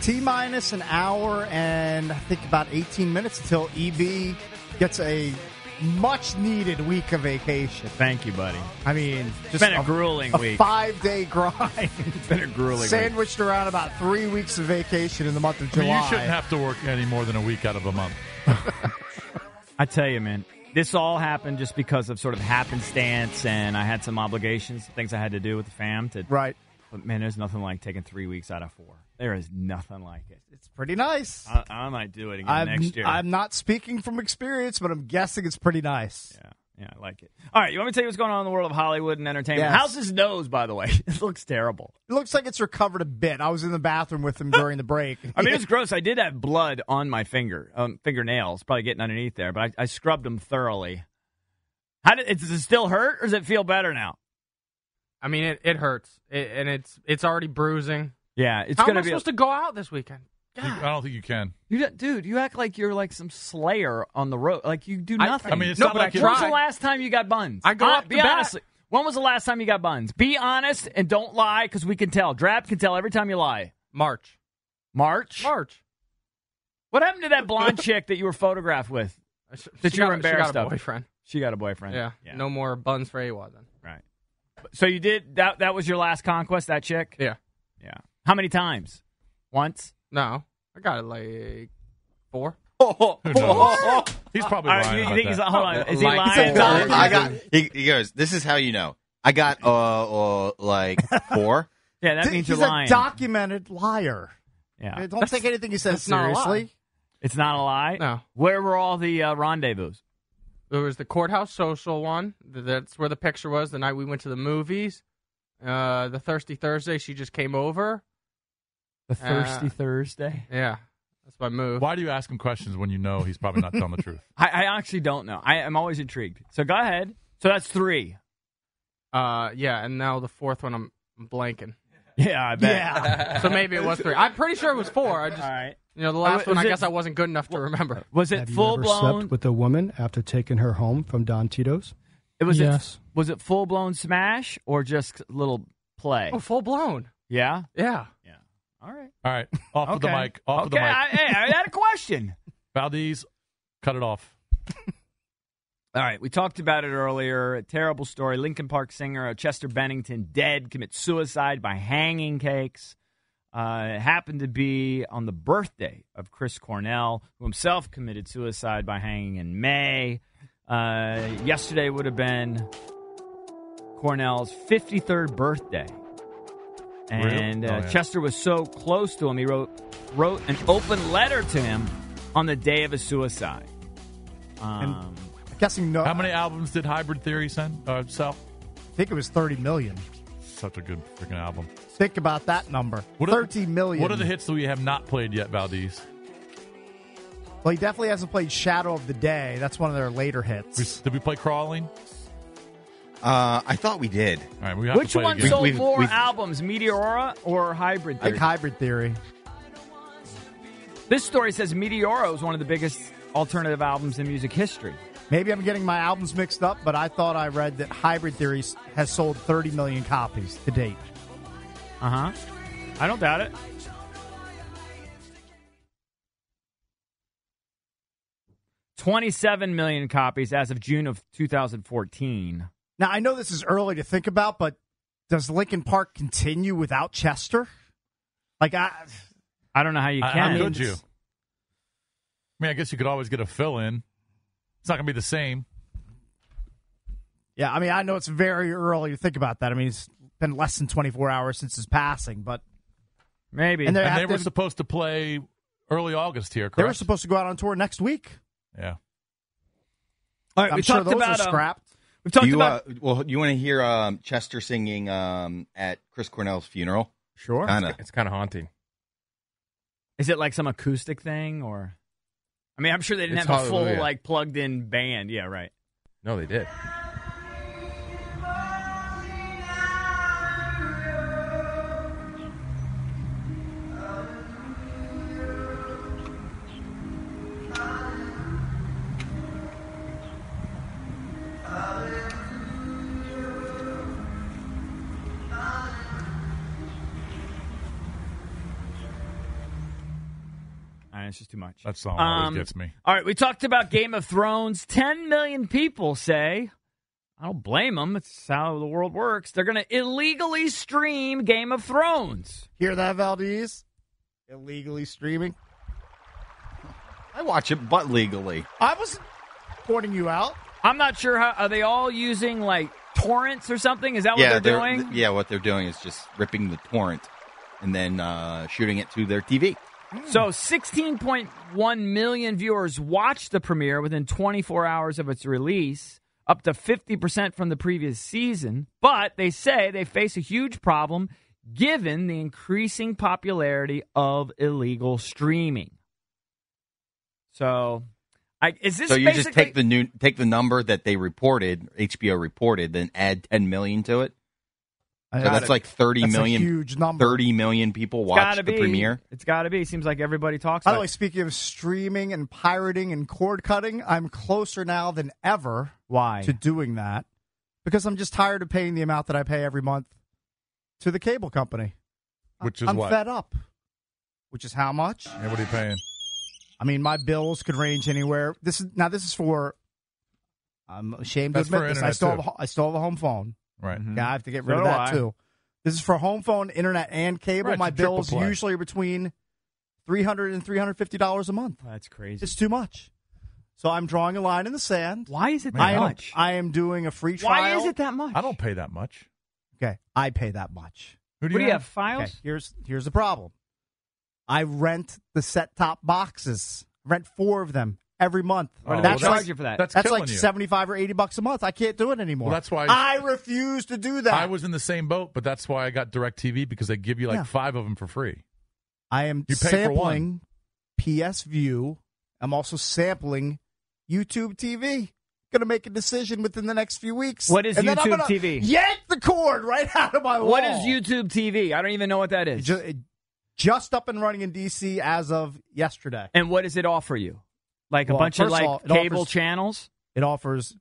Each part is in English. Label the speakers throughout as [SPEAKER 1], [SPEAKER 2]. [SPEAKER 1] T minus an hour and I think about 18 minutes until EB gets a much needed week of vacation.
[SPEAKER 2] Thank you, buddy.
[SPEAKER 1] I mean, just
[SPEAKER 2] been a grueling week.
[SPEAKER 1] five day grind.
[SPEAKER 2] It's been a grueling week.
[SPEAKER 1] Sandwiched around about three weeks of vacation in the month of
[SPEAKER 3] I mean,
[SPEAKER 1] July.
[SPEAKER 3] you shouldn't have to work any more than a week out of a month.
[SPEAKER 2] I tell you, man, this all happened just because of sort of happenstance, and I had some obligations, things I had to do with the fam. To,
[SPEAKER 1] right.
[SPEAKER 2] But man, there's nothing like taking three weeks out of four. There is nothing like it. It's,
[SPEAKER 1] Pretty nice.
[SPEAKER 2] I, I might do it again
[SPEAKER 1] I'm,
[SPEAKER 2] next year.
[SPEAKER 1] I'm not speaking from experience, but I'm guessing it's pretty nice.
[SPEAKER 2] yeah, yeah, I like it. All right, you want me to tell you what's going on in the world of Hollywood and entertainment?
[SPEAKER 1] Yes.
[SPEAKER 2] How's his nose, by the way? it looks terrible.
[SPEAKER 1] It looks like it's recovered a bit. I was in the bathroom with him during the break.
[SPEAKER 2] I mean, it's gross. I did have blood on my finger, um, fingernails, probably getting underneath there, but I, I scrubbed them thoroughly. How did, does it still hurt, or does it feel better now?
[SPEAKER 4] I mean, it, it hurts, it, and it's it's already bruising.
[SPEAKER 2] Yeah, it's
[SPEAKER 4] How am
[SPEAKER 2] gonna
[SPEAKER 4] I
[SPEAKER 2] be.
[SPEAKER 4] supposed to go out this weekend?
[SPEAKER 3] You- I don't think you can.
[SPEAKER 2] You don't- dude, you act like you're like some slayer on the road. Like you do
[SPEAKER 4] I-
[SPEAKER 2] nothing.
[SPEAKER 3] I mean, it's
[SPEAKER 4] No,
[SPEAKER 3] not
[SPEAKER 4] but
[SPEAKER 3] like
[SPEAKER 4] I
[SPEAKER 3] you-
[SPEAKER 2] when was the
[SPEAKER 4] tried.
[SPEAKER 2] last time you got buns?
[SPEAKER 4] I go
[SPEAKER 2] Hon-
[SPEAKER 4] up
[SPEAKER 2] be
[SPEAKER 4] the bat.
[SPEAKER 2] honest. When was the last time you got buns? Be honest and don't lie because we can tell. Drab can tell every time you lie.
[SPEAKER 4] March,
[SPEAKER 2] March.
[SPEAKER 4] March.
[SPEAKER 2] What happened to that blonde chick that you were photographed with?
[SPEAKER 4] She,
[SPEAKER 2] That
[SPEAKER 4] she
[SPEAKER 2] you were
[SPEAKER 4] got,
[SPEAKER 2] embarrassed
[SPEAKER 4] she got
[SPEAKER 2] of.
[SPEAKER 4] a boyfriend.
[SPEAKER 2] She got a boyfriend.
[SPEAKER 4] Yeah. no more buns for AWOD then.
[SPEAKER 2] Right. So you did that. That was your last conquest. That chick.
[SPEAKER 4] Yeah,
[SPEAKER 2] Yeah. How many times? Once.
[SPEAKER 4] no, I got it like four.
[SPEAKER 3] Who knows? He's probably
[SPEAKER 2] All right,
[SPEAKER 3] lying
[SPEAKER 2] you- you
[SPEAKER 3] about
[SPEAKER 2] think he's
[SPEAKER 3] that.
[SPEAKER 2] hold on? Is he
[SPEAKER 5] Like,
[SPEAKER 2] lying?
[SPEAKER 5] four.
[SPEAKER 1] lying.
[SPEAKER 5] I got. He, he goes. This is how you know. I got uh, uh like four.
[SPEAKER 2] Yeah, that
[SPEAKER 1] Th-
[SPEAKER 2] means
[SPEAKER 1] he's
[SPEAKER 2] you're
[SPEAKER 1] a
[SPEAKER 2] lying.
[SPEAKER 1] documented liar.
[SPEAKER 2] yeah.
[SPEAKER 1] I Don't take anything he says
[SPEAKER 4] that's not a lie.
[SPEAKER 1] seriously.
[SPEAKER 2] It's not a lie.
[SPEAKER 4] No.
[SPEAKER 2] Where were all the uh, rendezvous?
[SPEAKER 4] There was the courthouse social one. Th- That's where the picture was the night we went to the movies. Uh, the Thirsty Thursday, she just came over.
[SPEAKER 2] The
[SPEAKER 1] Uh,
[SPEAKER 4] Thirsty
[SPEAKER 2] Thursday.
[SPEAKER 4] Yeah, that's my move.
[SPEAKER 3] Why do you ask him questions when you know he's probably not telling the truth?
[SPEAKER 2] I, I actually don't know. I am always intrigued. So go ahead. So that's three.
[SPEAKER 4] Uh, yeah, and now the fourth one, I'm I'm blanking.
[SPEAKER 2] Yeah, I bet.
[SPEAKER 1] Yeah.
[SPEAKER 4] So maybe it was three. I'm pretty sure it was four. I just,
[SPEAKER 2] All right.
[SPEAKER 4] you know, the
[SPEAKER 2] Was
[SPEAKER 4] last one, I
[SPEAKER 2] it-
[SPEAKER 4] guess I wasn't good enough to remember.
[SPEAKER 2] Was it
[SPEAKER 6] Have
[SPEAKER 2] full
[SPEAKER 6] you ever
[SPEAKER 2] blown?
[SPEAKER 6] slept with a woman after taking her home from Don Tito's?
[SPEAKER 2] it was
[SPEAKER 6] Yes.
[SPEAKER 2] It, was it full blown smash or just little play?
[SPEAKER 4] Oh, full blown.
[SPEAKER 2] Yeah.
[SPEAKER 4] Yeah.
[SPEAKER 2] All right.
[SPEAKER 3] All right, off of the
[SPEAKER 2] Okay.
[SPEAKER 3] mic. Off of the
[SPEAKER 2] okay.
[SPEAKER 3] mic.
[SPEAKER 2] I, hey, I had a question.
[SPEAKER 3] Valdez, cut it off.
[SPEAKER 2] All right, we talked about it earlier. A terrible story. Lincoln Park singer uh, Chester Bennington dead commits suicide by hanging cakes. Uh, it happened to be on the birthday of Chris Cornell, who himself committed suicide by hanging in May. Uh, yesterday would have been Cornell's 53rd birthday. And
[SPEAKER 3] Really?
[SPEAKER 2] uh,
[SPEAKER 3] Oh, yeah.
[SPEAKER 2] Chester was so close to him, he wrote, wrote an open letter to him on the day of his suicide. Um,
[SPEAKER 1] I'm guessing no.
[SPEAKER 3] How many albums did Hybrid Theory send? Uh, sell?
[SPEAKER 1] I think it was 30 million.
[SPEAKER 3] Such a good freaking album.
[SPEAKER 1] Think about that number.
[SPEAKER 3] What are-
[SPEAKER 1] Thirty million.
[SPEAKER 3] What are the hits that we have not played yet, Valdez?
[SPEAKER 1] Well, he definitely hasn't played Shadow of the Day. That's one of their later
[SPEAKER 3] We-
[SPEAKER 1] hits.
[SPEAKER 3] Did we play Crawling?
[SPEAKER 5] Uh, I thought we did.
[SPEAKER 3] All right, we have
[SPEAKER 2] Which
[SPEAKER 3] to play
[SPEAKER 2] one
[SPEAKER 3] again.
[SPEAKER 2] sold
[SPEAKER 5] We've-
[SPEAKER 2] more
[SPEAKER 5] we've-
[SPEAKER 2] albums, Meteora or Hybrid
[SPEAKER 1] Like
[SPEAKER 2] Theory?
[SPEAKER 1] Hybrid Theory.
[SPEAKER 2] this story says Meteora was one of the biggest alternative albums in music history.
[SPEAKER 1] Maybe I'm getting my albums mixed up, but I thought I read that Hybrid Theory s- has sold 30 million copies to date.
[SPEAKER 2] Uh huh. I don't doubt it. Twenty-seven million copies as of June of 2014.
[SPEAKER 1] Now I know this is early to think about, but does Lincoln Park continue without Chester? Like I,
[SPEAKER 2] I don't know how you
[SPEAKER 3] I-
[SPEAKER 2] can.
[SPEAKER 3] how could you? I mean, I guess you could always get a fill in. It's not going to be the same.
[SPEAKER 1] Yeah, I mean, I know it's very early to think about that. I mean, it's been less than 24 hours since his passing, but
[SPEAKER 2] Maybe.
[SPEAKER 1] And they're-
[SPEAKER 3] And
[SPEAKER 1] have
[SPEAKER 3] they were
[SPEAKER 1] to-
[SPEAKER 3] supposed to play early August here, correct?
[SPEAKER 1] they were supposed to go out on tour next week.
[SPEAKER 3] yeah.
[SPEAKER 2] All right,
[SPEAKER 1] I'm
[SPEAKER 2] we
[SPEAKER 1] sure
[SPEAKER 2] talked
[SPEAKER 1] those
[SPEAKER 2] about
[SPEAKER 1] are
[SPEAKER 2] um,
[SPEAKER 1] scrapped.
[SPEAKER 2] we've talked
[SPEAKER 5] you,
[SPEAKER 2] about
[SPEAKER 5] uh, well, you want to hear um, Chester singing um, at Chris Cornell's funeral?
[SPEAKER 1] Sure.
[SPEAKER 5] Kind of.
[SPEAKER 4] It's kind of haunting.
[SPEAKER 2] Uh, Is it like some acoustic thing or? I mean, I'm sure they didn't
[SPEAKER 4] It's
[SPEAKER 2] have a full
[SPEAKER 4] hallelujah.
[SPEAKER 2] like plugged in band. Yeah, right.
[SPEAKER 4] No, they did.
[SPEAKER 2] All right, Uh, it's just too much.
[SPEAKER 3] That song
[SPEAKER 2] Um,
[SPEAKER 3] always gets me.
[SPEAKER 2] All right, we talked about Game of Thrones. 10 million people say, I don't blame them. It's how the world works. They're going to illegally stream Game of Thrones.
[SPEAKER 1] Hear that, Valdez? Illegally streaming.
[SPEAKER 5] I watch it, but legally.
[SPEAKER 1] I wasn't pointing you out.
[SPEAKER 2] I'm not sure how are they all using like torrents or something? Is that what
[SPEAKER 5] yeah,
[SPEAKER 2] they're, doing?
[SPEAKER 5] th- yeah, what they're doing is just ripping the torrent and then uh, shooting it to their TV.
[SPEAKER 2] So 16.1 million viewers watched the premiere within 24 hours of its release, up to 50% from the previous season. But they say they face a huge problem given the increasing popularity of illegal streaming. So, I, is this
[SPEAKER 5] so you
[SPEAKER 2] basically
[SPEAKER 5] just take the new take the number that they reported, HBO reported, then add 10 million to it. So Uh, that's like thirty
[SPEAKER 1] That's a
[SPEAKER 5] million.
[SPEAKER 1] huge number.
[SPEAKER 5] 30 million people
[SPEAKER 2] it's
[SPEAKER 5] watched
[SPEAKER 2] gotta
[SPEAKER 5] the
[SPEAKER 2] be,
[SPEAKER 5] premiere.
[SPEAKER 2] It's got to be. Seems like everybody talks
[SPEAKER 1] By
[SPEAKER 2] about
[SPEAKER 1] the way, speaking of streaming and pirating and cord cutting, I'm closer now than ever
[SPEAKER 2] why.
[SPEAKER 1] to doing that because I'm just tired of paying the amount that I pay every month to the cable company. I-
[SPEAKER 3] Which is
[SPEAKER 1] I'm
[SPEAKER 3] what?
[SPEAKER 1] fed up. Which is how much?
[SPEAKER 3] Yeah, what are you paying?
[SPEAKER 1] I mean, my bills could range anywhere. This is now. This is for. I'm ashamed
[SPEAKER 3] That's
[SPEAKER 1] to
[SPEAKER 3] for
[SPEAKER 1] admit this. I
[SPEAKER 3] internet,
[SPEAKER 1] still
[SPEAKER 3] too. Mm-hmm.
[SPEAKER 1] have a, ho- I still have a home phone.
[SPEAKER 3] Right.
[SPEAKER 1] Yeah, I have to get rid
[SPEAKER 2] So
[SPEAKER 1] of
[SPEAKER 2] do
[SPEAKER 1] that
[SPEAKER 2] I.
[SPEAKER 1] too. This is for home phone, internet, and cable.
[SPEAKER 3] Right,
[SPEAKER 1] my
[SPEAKER 3] it's a triple
[SPEAKER 1] bills
[SPEAKER 3] play.
[SPEAKER 1] usually are between 300 and 350 dollars a month.
[SPEAKER 2] That's crazy.
[SPEAKER 1] It's too much. So I'm drawing a line in the sand.
[SPEAKER 2] why is it that
[SPEAKER 1] I am,
[SPEAKER 2] much?
[SPEAKER 1] I am doing a free trial.
[SPEAKER 2] why is it that much?
[SPEAKER 3] I don't pay that much.
[SPEAKER 1] Okay, I pay that much.
[SPEAKER 3] Who do
[SPEAKER 2] What
[SPEAKER 3] you, have?
[SPEAKER 2] Files?
[SPEAKER 1] Okay, here's here's the problem. I rent the set top boxes. Rent four of them every month.
[SPEAKER 3] Oh, well,
[SPEAKER 1] that's
[SPEAKER 2] they
[SPEAKER 1] like
[SPEAKER 2] charge you for that?
[SPEAKER 3] That's,
[SPEAKER 1] that's
[SPEAKER 3] killing
[SPEAKER 1] like
[SPEAKER 3] you.
[SPEAKER 1] seventy five or eighty bucks a month. I can't do it anymore.
[SPEAKER 3] Well, that's why-
[SPEAKER 1] I refuse to do that.
[SPEAKER 3] I was in the same boat, but that's why I got DirecTV because they give you like
[SPEAKER 1] Yeah.
[SPEAKER 3] five of them for free.
[SPEAKER 1] I am
[SPEAKER 3] You pay for
[SPEAKER 1] sampling PS View. I'm also sampling YouTube TV. Gonna make a decision within the next few weeks.
[SPEAKER 2] What is
[SPEAKER 1] And then I'm
[SPEAKER 2] YouTube
[SPEAKER 1] gonna
[SPEAKER 2] TV?
[SPEAKER 1] Yank the cord right out of my wall.
[SPEAKER 2] What is YouTube TV? I don't even know what that
[SPEAKER 1] It
[SPEAKER 2] is.
[SPEAKER 1] ju- it- Just up and running in DC as of yesterday.
[SPEAKER 2] and what does it offer you? Like a
[SPEAKER 1] Well,
[SPEAKER 2] bunch of
[SPEAKER 1] first of
[SPEAKER 2] like
[SPEAKER 1] all, it
[SPEAKER 2] cable
[SPEAKER 1] offers-
[SPEAKER 2] channels?
[SPEAKER 1] It offers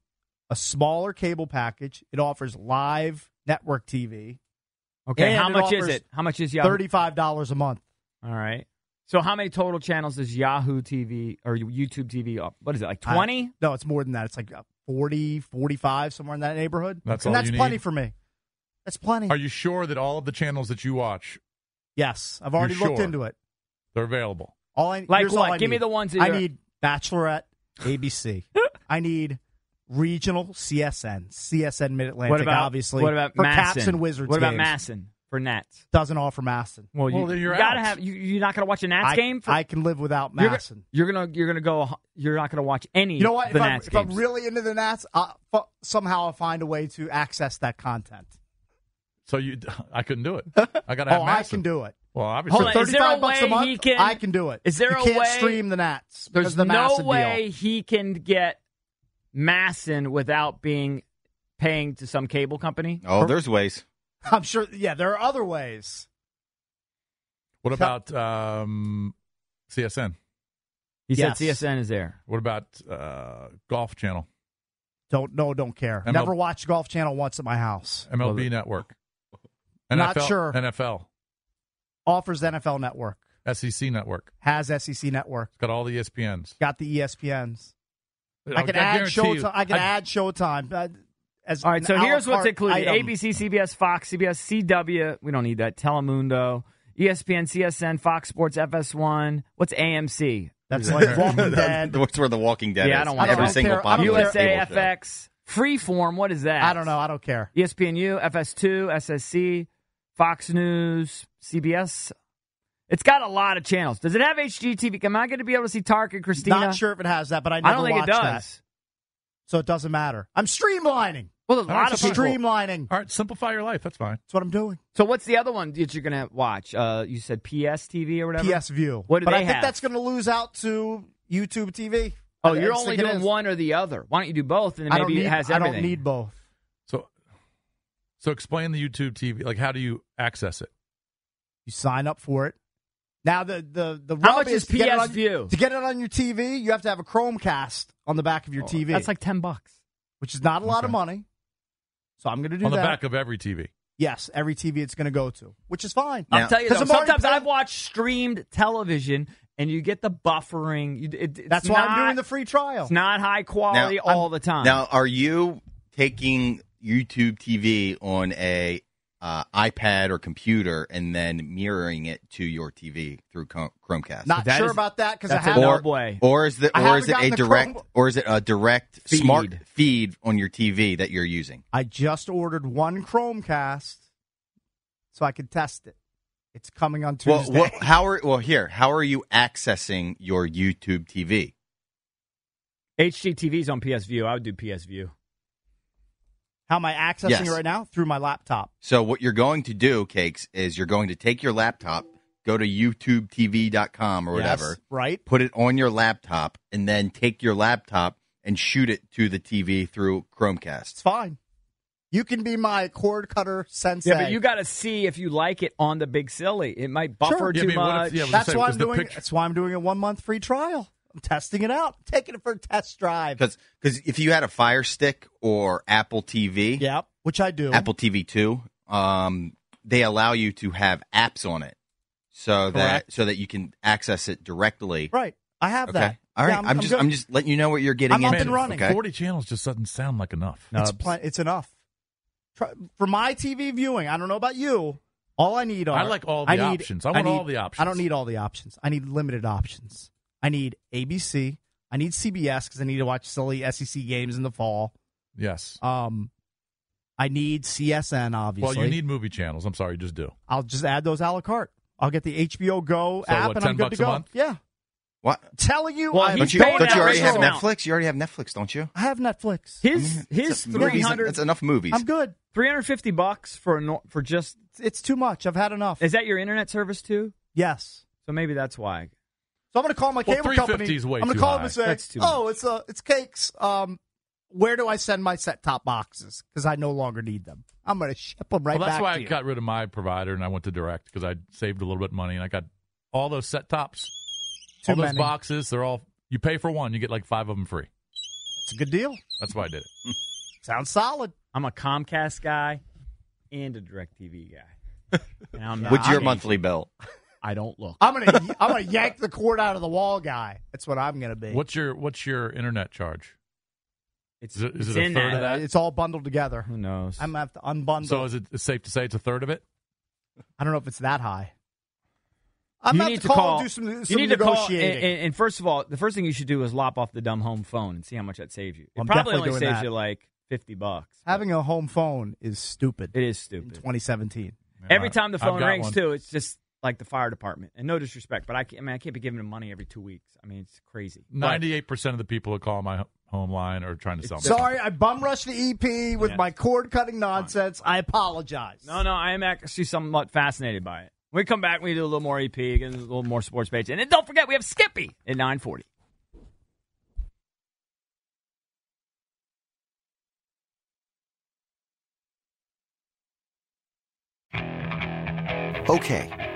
[SPEAKER 1] a smaller cable package. It offers live network TV.
[SPEAKER 2] Okay,
[SPEAKER 1] And
[SPEAKER 2] how
[SPEAKER 1] it
[SPEAKER 2] much is
[SPEAKER 1] offers
[SPEAKER 2] it? How much is Yahoo?
[SPEAKER 1] Thirty-five dollars a month.
[SPEAKER 2] All right. So how many total channels does Yahoo TV or YouTube TV? op- What is it? Like
[SPEAKER 1] I-
[SPEAKER 2] 20?
[SPEAKER 1] no, it's more than that. It's like uh, 40, 45, somewhere in that neighborhood.
[SPEAKER 3] That's
[SPEAKER 1] and
[SPEAKER 3] all
[SPEAKER 1] that's
[SPEAKER 3] you
[SPEAKER 1] plenty
[SPEAKER 3] need?
[SPEAKER 1] for me. That's plenty.
[SPEAKER 3] Are you sure that all of the channels that you watch
[SPEAKER 1] yes, I've already
[SPEAKER 3] You're
[SPEAKER 1] looked
[SPEAKER 3] sure?
[SPEAKER 1] into it.
[SPEAKER 3] they're available?
[SPEAKER 1] All I
[SPEAKER 2] Like
[SPEAKER 1] here's
[SPEAKER 2] what?
[SPEAKER 1] all I
[SPEAKER 2] Give me
[SPEAKER 1] need.
[SPEAKER 2] the ones that
[SPEAKER 1] I
[SPEAKER 2] you're-
[SPEAKER 1] need: Bachelorette, ABC. I need regional CSN, CSN Mid Atlantic.
[SPEAKER 2] what about
[SPEAKER 1] obviously?
[SPEAKER 2] What about
[SPEAKER 1] for
[SPEAKER 2] Masson?
[SPEAKER 1] Caps and Wizards?
[SPEAKER 2] What about
[SPEAKER 1] games.
[SPEAKER 2] Masson for Nats?
[SPEAKER 1] Doesn't offer Masson.
[SPEAKER 2] Well,
[SPEAKER 3] Well,
[SPEAKER 2] you,
[SPEAKER 3] then you're
[SPEAKER 2] you gotta
[SPEAKER 3] out.
[SPEAKER 2] have you, you're not gonna watch a Nats
[SPEAKER 1] I,
[SPEAKER 2] game. For,
[SPEAKER 1] I can live without
[SPEAKER 2] you're,
[SPEAKER 1] Masson.
[SPEAKER 2] gonna- you're gonna you're gonna go. You're not gonna watch any.
[SPEAKER 1] You know what?
[SPEAKER 2] The
[SPEAKER 1] If, I'm,
[SPEAKER 2] Nats
[SPEAKER 1] if I'm
[SPEAKER 2] games.
[SPEAKER 1] really into the Nats, I'll, fu- somehow I'll find a way to access that content.
[SPEAKER 3] So you, I couldn't do it. I got to have.
[SPEAKER 1] oh, I
[SPEAKER 3] Madison.
[SPEAKER 1] can do it.
[SPEAKER 3] Well, obviously,
[SPEAKER 2] Hold
[SPEAKER 1] For
[SPEAKER 2] on, is there a
[SPEAKER 1] 35 bucks a
[SPEAKER 2] way
[SPEAKER 1] month,
[SPEAKER 2] he can-
[SPEAKER 1] I can do it.
[SPEAKER 2] Is there
[SPEAKER 1] you
[SPEAKER 2] a
[SPEAKER 1] can't
[SPEAKER 2] way-
[SPEAKER 1] stream the Nats? because of
[SPEAKER 2] There's
[SPEAKER 1] the
[SPEAKER 2] no
[SPEAKER 1] Masson
[SPEAKER 2] way
[SPEAKER 1] Deal.
[SPEAKER 2] he can get Masson without being paying to some cable company.
[SPEAKER 5] Oh, there's ways.
[SPEAKER 1] I'm sure. Yeah, there are other ways.
[SPEAKER 3] what about um, CSN?
[SPEAKER 2] He
[SPEAKER 1] Yes.
[SPEAKER 2] said CSN is there.
[SPEAKER 3] What about uh, Golf Channel,
[SPEAKER 1] Don't no, don't care.
[SPEAKER 3] ML
[SPEAKER 1] Never watched Golf Channel once at my house.
[SPEAKER 3] MLB
[SPEAKER 2] Well, the-
[SPEAKER 3] Network?
[SPEAKER 1] Not
[SPEAKER 3] NFL
[SPEAKER 1] sure.
[SPEAKER 3] NFL,
[SPEAKER 1] Offers NFL Network,
[SPEAKER 3] SEC E Network.
[SPEAKER 1] has SEC Network,
[SPEAKER 3] It's got all the E ESPNs.
[SPEAKER 1] got the E ESPNs.
[SPEAKER 3] I
[SPEAKER 1] I can add
[SPEAKER 3] guarantee you-
[SPEAKER 1] Showtime. I can add Showtime. uh, As
[SPEAKER 2] All right,
[SPEAKER 1] an
[SPEAKER 2] so
[SPEAKER 1] a la
[SPEAKER 2] here's what's
[SPEAKER 1] carte
[SPEAKER 2] included:
[SPEAKER 1] item.
[SPEAKER 2] ABC, CBS, Fox, CBS, CW. We don't need that. Telemundo, E ESPN, CSN, Fox Sports, FS1. What's AMC?
[SPEAKER 1] That's like Walking Dead.
[SPEAKER 5] That's where the Walking Dead
[SPEAKER 2] Yeah,
[SPEAKER 5] is.
[SPEAKER 2] I don't wanna-
[SPEAKER 5] Every
[SPEAKER 2] I don't
[SPEAKER 5] single
[SPEAKER 1] care. I don't
[SPEAKER 5] popular
[SPEAKER 2] USA,
[SPEAKER 5] cable show.
[SPEAKER 2] FX, Freeform. What is that?
[SPEAKER 1] I don't know. I don't care.
[SPEAKER 2] E ESPNU, FS2, SSC, Fox News, CBS. It's got a lot of channels. Does it have HGTV? Am I going to be able to see Tark and Christina?
[SPEAKER 1] Not sure if it has that, but I never
[SPEAKER 2] I don't think it
[SPEAKER 1] watched
[SPEAKER 2] does.
[SPEAKER 1] that, so it doesn't matter. I'm streamlining.
[SPEAKER 2] Well, there's a
[SPEAKER 3] All
[SPEAKER 2] lot
[SPEAKER 3] right,
[SPEAKER 2] of
[SPEAKER 3] so
[SPEAKER 2] people.
[SPEAKER 3] people-
[SPEAKER 1] Streamlining.
[SPEAKER 3] All right, simplify your life. That's fine.
[SPEAKER 1] That's what I'm doing.
[SPEAKER 2] So what's the other one that you're going to watch? Uh, you said PS TV or whatever.
[SPEAKER 1] PS View.
[SPEAKER 2] What do
[SPEAKER 1] but
[SPEAKER 2] they
[SPEAKER 1] I think
[SPEAKER 2] have?
[SPEAKER 1] that's going to lose out to YouTube TV.
[SPEAKER 2] Oh,
[SPEAKER 1] I- I
[SPEAKER 2] you're
[SPEAKER 1] just
[SPEAKER 2] only
[SPEAKER 1] think it
[SPEAKER 2] doing
[SPEAKER 1] is.
[SPEAKER 2] one or the other. Why don't you do both? And then
[SPEAKER 1] I don't
[SPEAKER 2] maybe
[SPEAKER 1] need,
[SPEAKER 2] it has
[SPEAKER 1] I
[SPEAKER 2] everything.
[SPEAKER 1] don't need both.
[SPEAKER 3] So, so explain the YouTube TV. Like, how do you access it?
[SPEAKER 1] You sign up for it. Now the the the
[SPEAKER 2] How
[SPEAKER 1] rub
[SPEAKER 2] much is
[SPEAKER 1] to get it
[SPEAKER 2] PS
[SPEAKER 1] on-
[SPEAKER 2] View?
[SPEAKER 1] To get it on your TV, you have to have a Chromecast on the back of your TV.
[SPEAKER 2] Oh, That's like ten bucks.
[SPEAKER 1] which is not a lot of
[SPEAKER 3] Okay.
[SPEAKER 1] money. So I'm going to do
[SPEAKER 3] On the
[SPEAKER 1] that.
[SPEAKER 3] back of every TV.
[SPEAKER 1] yes, every TV it's going to go to, which is fine.
[SPEAKER 5] Now-
[SPEAKER 2] I'll tell you though,
[SPEAKER 1] 'Cause I'm already
[SPEAKER 2] sometimes
[SPEAKER 1] paying-
[SPEAKER 2] I've watched streamed television, and you get the buffering. You, it, it's
[SPEAKER 1] That's why
[SPEAKER 2] not-
[SPEAKER 1] I'm doing the free trial.
[SPEAKER 2] It's not high quality
[SPEAKER 5] Now,
[SPEAKER 2] all the time.
[SPEAKER 5] Now, are you taking YouTube TV on a uh, iPad or computer and then mirroring it to your TV through Co- Chromecast?
[SPEAKER 1] Not
[SPEAKER 2] That
[SPEAKER 1] sure
[SPEAKER 2] is-
[SPEAKER 1] about that because I
[SPEAKER 2] that's a
[SPEAKER 1] have
[SPEAKER 2] no
[SPEAKER 5] or,
[SPEAKER 2] way.
[SPEAKER 5] or is the,
[SPEAKER 1] I
[SPEAKER 5] or
[SPEAKER 1] haven't
[SPEAKER 5] is it a
[SPEAKER 1] gotten the
[SPEAKER 5] direct
[SPEAKER 1] Chrome-
[SPEAKER 5] or is it a direct
[SPEAKER 2] Feed.
[SPEAKER 5] smart feed on your TV that you're using?
[SPEAKER 1] I just ordered one Chromecast so I could test it. It's coming on
[SPEAKER 5] Well,
[SPEAKER 1] Tuesday.
[SPEAKER 5] well, how are well here? How are you accessing your YouTube TV?
[SPEAKER 2] HGTV's on PS View. I would do PS View.
[SPEAKER 1] How am I accessing
[SPEAKER 5] Yes.
[SPEAKER 1] it right now? Through my laptop.
[SPEAKER 5] So what you're going to do, Cakes, is you're going to take your laptop, go to youtubetv.com or whatever,
[SPEAKER 1] Yes, right?
[SPEAKER 5] put it on your laptop, and then take your laptop and shoot it to the TV through
[SPEAKER 1] It's
[SPEAKER 5] Chromecast.
[SPEAKER 1] fine. You can be my cord cutter sensei.
[SPEAKER 2] Yeah, but you got to see if you like it on the big silly. It might buffer
[SPEAKER 1] Sure.
[SPEAKER 2] too
[SPEAKER 3] Yeah, I mean, what if-
[SPEAKER 2] much.
[SPEAKER 3] yeah, I was
[SPEAKER 1] that's
[SPEAKER 3] gonna say,
[SPEAKER 1] why
[SPEAKER 3] because
[SPEAKER 1] I'm
[SPEAKER 3] the
[SPEAKER 1] doing.
[SPEAKER 3] picture-
[SPEAKER 1] That's why I'm doing a one month free trial. I'm testing it out. I'm taking it for a test drive.
[SPEAKER 5] Because if you had a Fire Stick or Apple TV,
[SPEAKER 1] Yep, which I do.
[SPEAKER 5] Apple TV Two, um, they allow you to have apps on it, so that so that you can access it directly.
[SPEAKER 1] Right. I have
[SPEAKER 5] Okay.
[SPEAKER 1] that.
[SPEAKER 5] All right.
[SPEAKER 1] Yeah,
[SPEAKER 5] I'm, just
[SPEAKER 1] good.
[SPEAKER 5] I'm just letting you know what you're getting
[SPEAKER 1] I'm
[SPEAKER 5] into.
[SPEAKER 1] up and running.
[SPEAKER 5] Okay.
[SPEAKER 3] Forty channels just doesn't sound like enough.
[SPEAKER 1] It's, pl- it's enough. Try, for my TV viewing, I don't know about you. All I need are
[SPEAKER 3] I like all the
[SPEAKER 1] need-
[SPEAKER 3] options. I want
[SPEAKER 1] need-
[SPEAKER 3] all the options.
[SPEAKER 1] I don't need all the options. I need limited options. I need ABC. I need CBS because I need to watch silly SEC games in the fall.
[SPEAKER 3] Yes.
[SPEAKER 1] Um, I need CSN
[SPEAKER 3] Well,
[SPEAKER 1] obviously.
[SPEAKER 3] you need movie channels. I'm sorry, you just do.
[SPEAKER 1] I'll just add those a la carte. I'll get the HBO Go
[SPEAKER 3] So
[SPEAKER 1] app
[SPEAKER 3] what,
[SPEAKER 1] and
[SPEAKER 3] 10
[SPEAKER 1] I'm good
[SPEAKER 3] bucks
[SPEAKER 1] to
[SPEAKER 3] a
[SPEAKER 1] go.
[SPEAKER 3] month?
[SPEAKER 1] Yeah,
[SPEAKER 5] What?
[SPEAKER 1] telling you,
[SPEAKER 2] Well,
[SPEAKER 1] I'm
[SPEAKER 2] he's
[SPEAKER 5] Don't you,
[SPEAKER 2] paying
[SPEAKER 5] don't you
[SPEAKER 2] that
[SPEAKER 5] already have
[SPEAKER 2] original.
[SPEAKER 5] Netflix? You already have Netflix, don't you?
[SPEAKER 1] I have Netflix.
[SPEAKER 2] His his
[SPEAKER 5] That's movies-
[SPEAKER 2] three hundred
[SPEAKER 5] That's enough movies.
[SPEAKER 1] I'm good.
[SPEAKER 2] three hundred fifty bucks for a nor- for just
[SPEAKER 1] It's, it's too much. I've had enough.
[SPEAKER 2] is that your internet service too?
[SPEAKER 1] yes.
[SPEAKER 2] So maybe that's why.
[SPEAKER 1] So I'm going to call my
[SPEAKER 3] Well,
[SPEAKER 1] cable
[SPEAKER 3] 350
[SPEAKER 1] company.
[SPEAKER 3] is way
[SPEAKER 1] I'm going to
[SPEAKER 3] too
[SPEAKER 1] call
[SPEAKER 3] high.
[SPEAKER 1] them and say,
[SPEAKER 2] That's too
[SPEAKER 1] "Oh, it's uh, it's cakes. Um, where do I send my set top boxes? Because I no longer need them. I'm going to ship them right
[SPEAKER 3] well, that's
[SPEAKER 1] back
[SPEAKER 3] why
[SPEAKER 1] to
[SPEAKER 3] I
[SPEAKER 1] you."
[SPEAKER 3] got rid of my provider and I went to Direct because I saved a little bit of money and I got all those set tops,
[SPEAKER 1] Too
[SPEAKER 3] all those
[SPEAKER 1] many.
[SPEAKER 3] boxes. They're all you pay for one, you get like five of them free.
[SPEAKER 1] It's a good deal.
[SPEAKER 3] That's why I did it.
[SPEAKER 1] Sounds solid.
[SPEAKER 2] I'm a Comcast guy and a Directv guy. And I'm not-
[SPEAKER 5] What's your
[SPEAKER 2] I-
[SPEAKER 5] monthly bill?
[SPEAKER 2] I don't look.
[SPEAKER 1] I'm going to I'm going to yank the cord out of the wall, guy. That's what I'm going to be.
[SPEAKER 3] What's your What's your internet charge?
[SPEAKER 2] It's,
[SPEAKER 3] Is it- is
[SPEAKER 2] it's
[SPEAKER 3] it a
[SPEAKER 2] in
[SPEAKER 3] third
[SPEAKER 2] that.
[SPEAKER 3] of that?
[SPEAKER 1] Uh, It's all bundled together.
[SPEAKER 2] Who knows?
[SPEAKER 1] I'm going to have to unbundle.
[SPEAKER 3] So is it it's safe to say it's a third of it?
[SPEAKER 1] I don't know if it's that high. I'm
[SPEAKER 2] you
[SPEAKER 1] going to
[SPEAKER 2] need
[SPEAKER 1] have to call,
[SPEAKER 2] call.
[SPEAKER 1] and do some,
[SPEAKER 2] you
[SPEAKER 1] some
[SPEAKER 2] need to call. And,
[SPEAKER 1] negotiating.
[SPEAKER 2] and- and first of all, the first thing you should do is lop off the dumb home phone and see how much that saves you. It
[SPEAKER 1] I'm
[SPEAKER 2] probably
[SPEAKER 1] definitely
[SPEAKER 2] only
[SPEAKER 1] doing
[SPEAKER 2] saves
[SPEAKER 1] that.
[SPEAKER 2] you like fifty bucks.
[SPEAKER 1] Having a home phone is stupid
[SPEAKER 2] It is
[SPEAKER 1] in
[SPEAKER 2] stupid.
[SPEAKER 1] 2017.
[SPEAKER 2] Every
[SPEAKER 3] Yeah,
[SPEAKER 2] time the
[SPEAKER 3] I've
[SPEAKER 2] phone
[SPEAKER 3] got
[SPEAKER 2] rings,
[SPEAKER 3] one.
[SPEAKER 2] too, it's just like the fire department. And no disrespect, but I, can't, I mean, I can't be giving them money every two weeks. I mean, it's crazy. But
[SPEAKER 3] Ninety-eight percent of the people who call my h- home line are trying to sell me.
[SPEAKER 1] Sorry, I bum rushed the EP with
[SPEAKER 2] Yeah.
[SPEAKER 1] my cord cutting nonsense. I apologize.
[SPEAKER 2] No, no, I am actually somewhat fascinated by it. When we come back, we do a little more EP, get a little more sports page, and then don't forget we have Skippy at nine forty.
[SPEAKER 7] Okay,